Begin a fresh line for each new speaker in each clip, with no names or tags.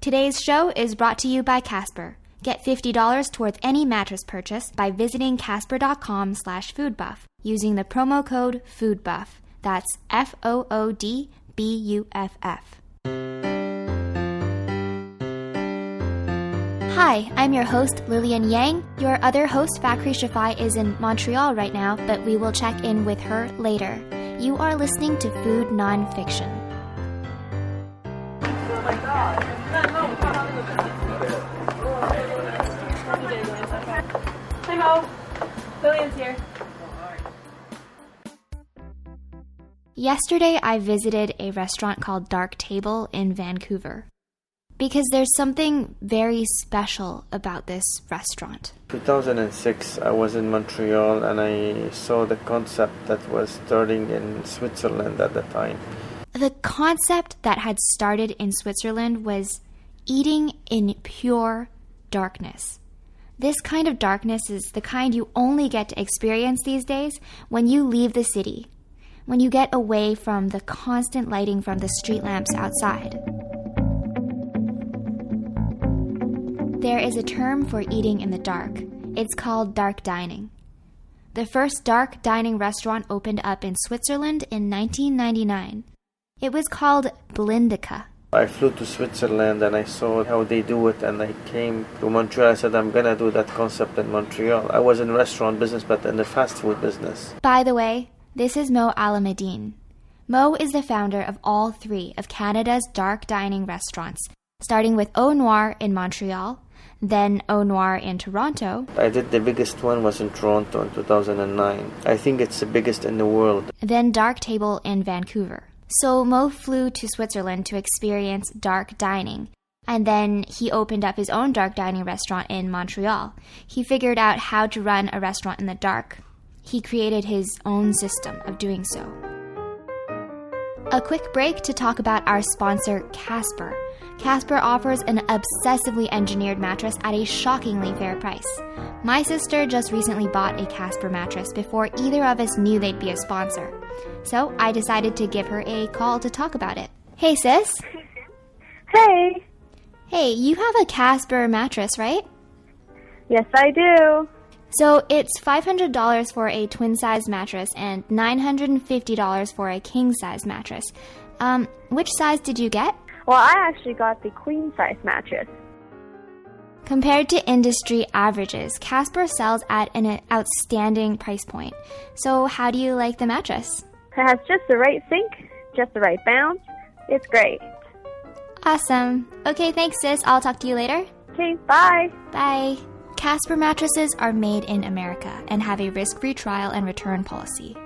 Today's show is brought to you by Casper. Get $50 towards any mattress purchase by visiting casper.com slash foodbuff using the promo code foodbuff. That's F-O-O-D-B-U-F-F. Hi, I'm your host Lillian Yang. Your other host Fakri Shafai is in Montreal right now, but we will check in with her later. You are listening to Food Nonfiction.
Hi Mo. Lillian's here.
Yesterday, I visited a restaurant called Dark Table in Vancouver because there's something very special about this restaurant.
2006, I was in Montreal and I saw the concept that was starting in Switzerland at the time.
The concept that had started in Switzerland was eating in pure darkness. This kind of darkness is the kind you only get to experience these days when you leave the city, when you get away from the constant lighting from the street lamps outside. There is a term for eating in the dark. It's called dark dining. The first dark dining restaurant opened up in Switzerland in 1999. It was called Blindica.
I flew to Switzerland and I saw how they do it, and I came to Montreal. I said, I'm gonna do that concept in Montreal. I was in restaurant business, but in the fast food business.
By the way, this is Mo Alamadine. Mo is the founder of all three of Canada's dark dining restaurants, starting with Au Noir in Montreal, then Au Noir in Toronto,
I did the biggest one was in Toronto in 2009. I think it's the biggest in the world.
then Dark Table in Vancouver. So Mo flew to Switzerland to experience dark dining. And then he opened up his own dark dining restaurant in Montreal. He figured out how to run a restaurant in the dark. He created his own system of doing so. A quick break to talk about our sponsor, Casper. Casper offers an obsessively engineered mattress at a shockingly fair price. My sister just recently bought a Casper mattress before either of us knew they'd be a sponsor. So I decided to give her a call to talk about it. Hey, sis.
Hey.
Hey, you have a Casper mattress, right?
Yes, I do.
So it's $500 for a twin size mattress and $950 for a king size mattress. Um, which size did you get?
Well, I actually got the queen size mattress.
Compared to industry averages, Casper sells at an outstanding price point. So, how do you like the mattress?
It has just the right sink, just the right bounce. It's great.
Awesome. Okay, thanks, sis. I'll talk to you later.
Okay, bye.
Bye. Casper mattresses are made in America and have a risk free trial and return policy.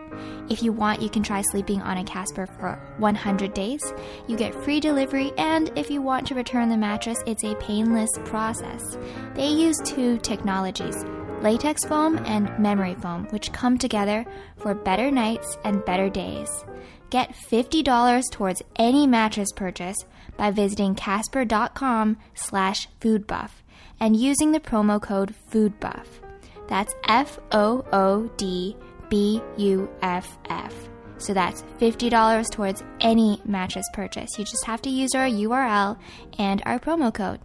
If you want, you can try sleeping on a Casper for 100 days. You get free delivery, and if you want to return the mattress, it's a painless process. They use two technologies latex foam and memory foam, which come together for better nights and better days. Get $50 towards any mattress purchase by visiting casper.com slash foodbuff and using the promo code foodbuff. That's F O O D B U F F. So that's $50 towards any mattress purchase. You just have to use our URL and our promo code.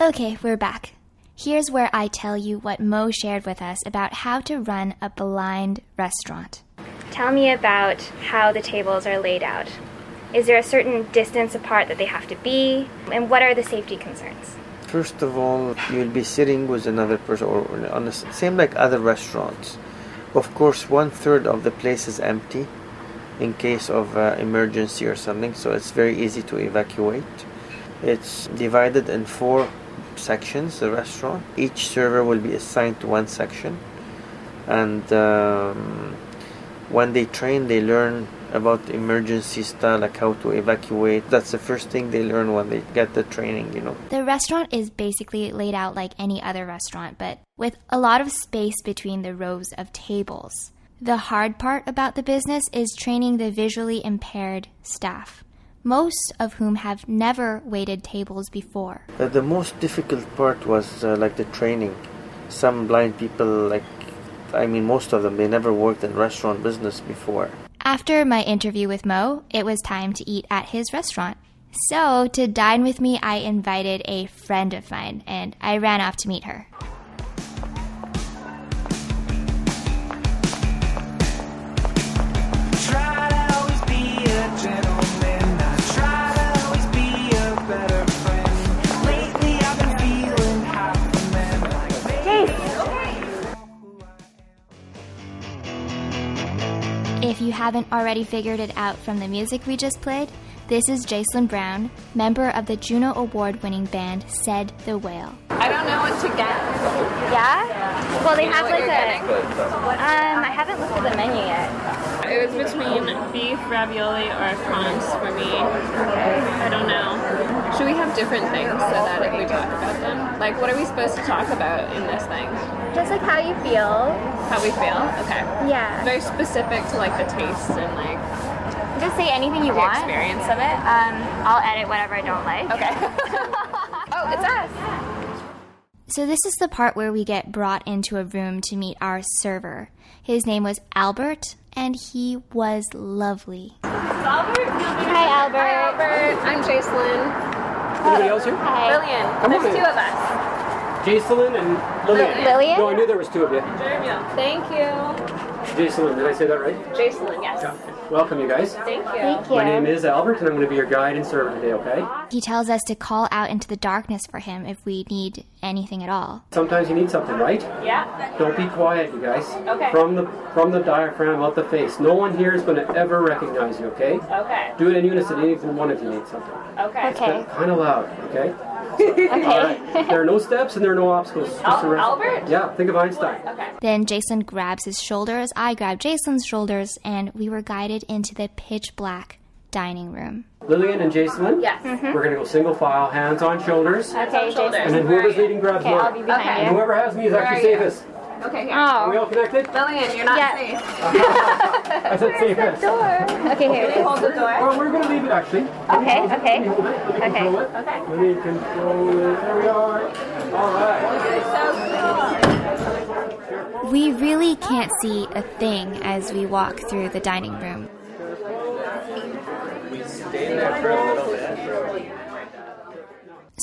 Okay, we're back. Here's where I tell you what Mo shared with us about how to run a blind restaurant.
Tell me about how the tables are laid out. Is there a certain distance apart that they have to be? And what are the safety concerns?
First of all, you'll be sitting with another person, or on the s- same like other restaurants. Of course, one third of the place is empty in case of uh, emergency or something, so it's very easy to evacuate. It's divided in four sections. The restaurant, each server will be assigned to one section, and um, when they train, they learn about emergency style, like how to evacuate. That's the first thing they learn when they get the training, you know.
The restaurant is basically laid out like any other restaurant, but with a lot of space between the rows of tables. The hard part about the business is training the visually impaired staff, most of whom have never waited tables before.
Uh, the most difficult part was uh, like the training. Some blind people, like, I mean, most of them, they never worked in restaurant business before.
After my interview with Mo, it was time to eat at his restaurant. So, to dine with me, I invited a friend of mine and I ran off to meet her.
Try to always be a gentleman. I try to always be a better friend. Lately I've been feeling hot for men. Like
If you haven't already figured it out from the music we just played, this is Jason Brown, member of the Juno Award winning band Said the Whale.
I don't know what to get.
Yeah? Well, they have
what
like a.
you're getting?
Um, I haven't looked at the menu yet.
It was between beef ravioli or prawns for me. I don't know.
Should we have different things so that if we talk about them, like what are we supposed to talk about in this thing?
Just like how you feel.
How we feel? Okay.
Yeah.
Very specific to like the tastes and like
Just say anything you
the
want.
experience of it.
Um, I'll edit whatever I don't like.
Okay. oh, it's us.
So, this is the part where we get brought into a room to meet our server. His name was Albert, and he was lovely.
Hi, Albert.
Albert. I'm Jacelyn.
Anybody else here?
Lillian. There's
on in.
two of us.
Jacelyn and Lillian.
Lillian?
No, I knew there was two of you.
Thank you.
Jacelyn, did I say that right?
Jacelyn, yes.
Welcome, you guys.
Thank you.
My name is Albert, and I'm going to be your guide and server today, okay?
He tells us to call out into the darkness for him if we need anything at all.
Sometimes you need something, right?
Yeah.
Don't be quiet, you guys.
Okay.
From the from the diaphragm out the face. No one here is going to ever recognize you, okay?
Okay.
Do it in unison, even one of you needs something.
Okay.
Okay.
Kind of loud, okay? okay. There are no steps and there are no obstacles. Just
Al-
around.
Albert?
Yeah, think of Einstein.
Okay.
Then Jason grabs his shoulders, I grab Jason's shoulders, and we were guided into the pitch black dining room.
Lillian and Jacelyn?
Yes.
We're going to go single file, hands on shoulders.
Okay, Jason.
And then whoever's leading grabs
Okay,
one.
I'll be behind
Okay.
And
you.
whoever has me is actually
Where are you?
safest.
Okay. Here.
Are we
Oh.
all connected?
Lillian, you're not
Yeah.
safe.
I said safest.
Okay, here.
Hold the door.
Well, we're going to leave it actually.
Okay, okay.
Okay.
Okay.
Let me control it. There we are. All right.
We really can't see a thing as we walk through the dining room.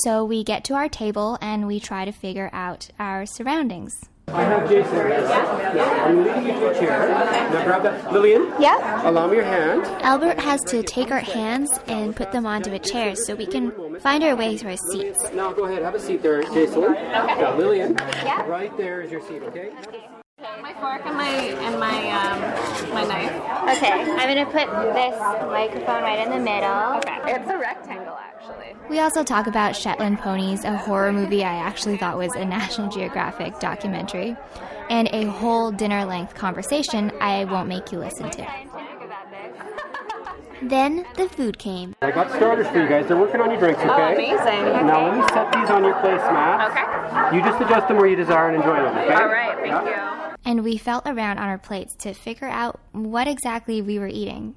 So we get to our table and we try to figure out our surroundings.
I have Jason. Yeah. I'm leading you to a chair. Now grab that. Lillian,
Yeah.
allow me your hand.
Albert has to take our hands and put them onto a chair so we can find our way to our seats.
Now go ahead. Have a seat there, Jason. Okay. Now, Lillian, right there is your seat, okay?
My fork and my and my um my knife.
Okay. I'm gonna put this microphone right in the middle.
Okay. It's a rectangle actually.
We also talk about Shetland Ponies, a horror movie I actually thought was a National Geographic documentary, and a whole dinner length conversation I won't make you listen to. Then the food came.
I got starters for you guys. They're working on your drinks, okay?
Oh, amazing.
Now let me set these on your placemat.
Okay.
You just adjust them where you desire and enjoy them, okay?
All right. Thank
Yeah.
you.
and we felt around on our plates to figure out what exactly we were eating.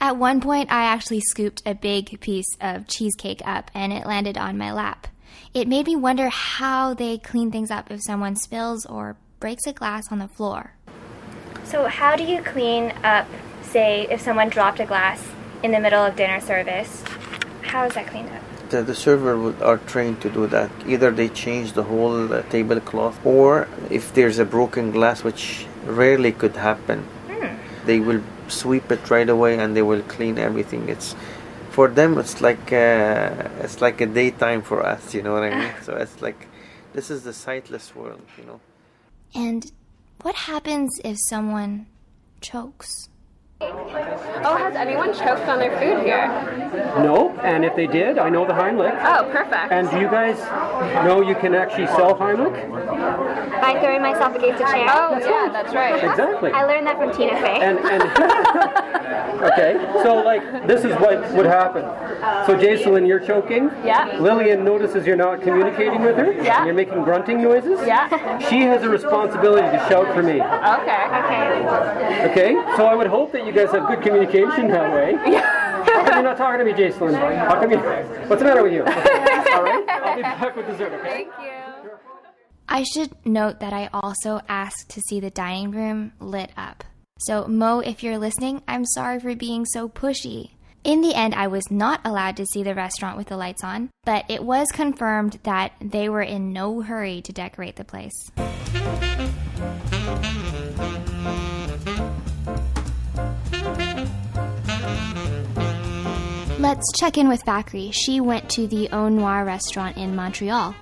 At one point, I actually scooped a big piece of cheesecake up and it landed on my lap. It made me wonder how they clean things up if someone spills or breaks a glass on the floor.
So, how do you clean up, say, if someone dropped a glass in the middle of dinner service? How is that cleaned up?
The, the server would, are trained to do that. Either they change the whole uh, tablecloth, or if there's a broken glass, which rarely could happen, they will sweep it right away and they will clean everything. It's for them. It's like uh, it's like a daytime for us. You know what I mean? so it's like this is the sightless world. You know.
And what happens if someone chokes?
Oh, has anyone choked on their food here?
No, and if they did, I know the Heimlich.
Oh, perfect.
And do you guys know you can actually sell Heimlich?
By throwing myself against a chair.
oh, yeah, that's right.
Exactly.
I learned that from Tina Fey.
And, and okay, so like this is what would happen. So Jacelyn, you're choking.
Yeah.
Lillian notices you're not communicating with her.
Yeah.
You're making grunting noises.
Yeah.
She has a responsibility to shout for me.
Okay.
okay.
Okay. So I would hope that you guys have good communication that way. How come you're not talking to me, Jacelyn? How come you? What's the matter with you? All right. I'll be back with dessert. Okay.
I should note that I also asked to see the dining room lit up. So, Mo, if you're listening, I'm sorry for being so pushy. In the end, I was not allowed to see the restaurant with the lights on, but it was confirmed that they were in no hurry to decorate the place. Let's check in with Bakri. She went to the Au Noir restaurant in Montreal.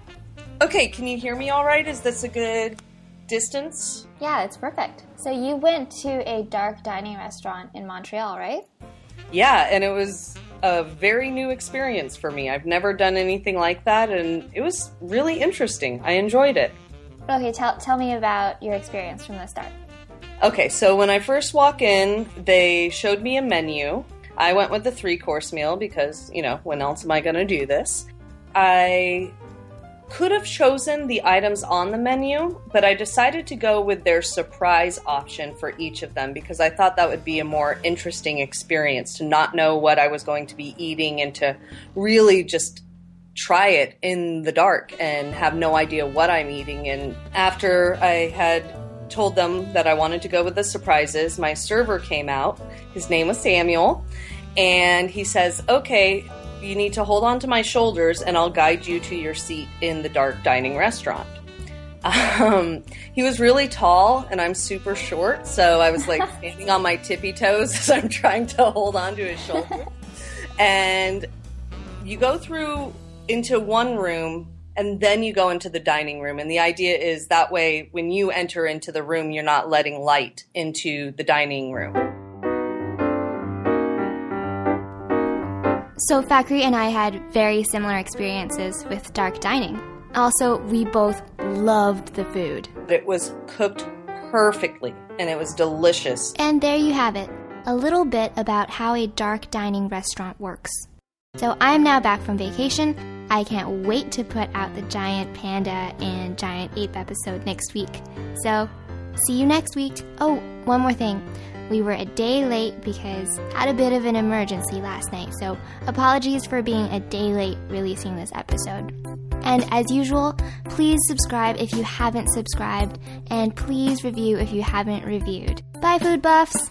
Okay, can you hear me all right? Is this a good distance?
Yeah, it's perfect. So you went to a dark dining restaurant in Montreal, right?
Yeah, and it was a very new experience for me. I've never done anything like that, and it was really interesting. I enjoyed it.
Okay, tell, tell me about your experience from the start.
Okay, so when I first walk in, they showed me a menu. I went with the three course meal because, you know, when else am I going to do this? I could have chosen the items on the menu, but I decided to go with their surprise option for each of them because I thought that would be a more interesting experience to not know what I was going to be eating and to really just try it in the dark and have no idea what I'm eating. And after I had told them that I wanted to go with the surprises, my server came out. His name was Samuel. And he says, Okay, you need to hold on to my shoulders and I'll guide you to your seat in the dark dining restaurant. Um, he was really tall and I'm super short, so I was like standing on my tippy toes as I'm trying to hold on to his shoulder. and you go through into one room and then you go into the dining room. And the idea is that way, when you enter into the room, you're not letting light into the dining room.
So Fakri and I had very similar experiences with dark dining. Also, we both loved the food.
It was cooked perfectly and it was delicious.
And there you have it a little bit about how a dark dining restaurant works. So I'm now back from vacation. I can't wait to put out the giant panda and giant ape episode next week. So, see you next week. Oh, one more thing. We were a day late because had a bit of an emergency last night. So, apologies for being a day late releasing this episode. And as usual, please subscribe if you haven't subscribed and please review if you haven't reviewed. Bye food buffs.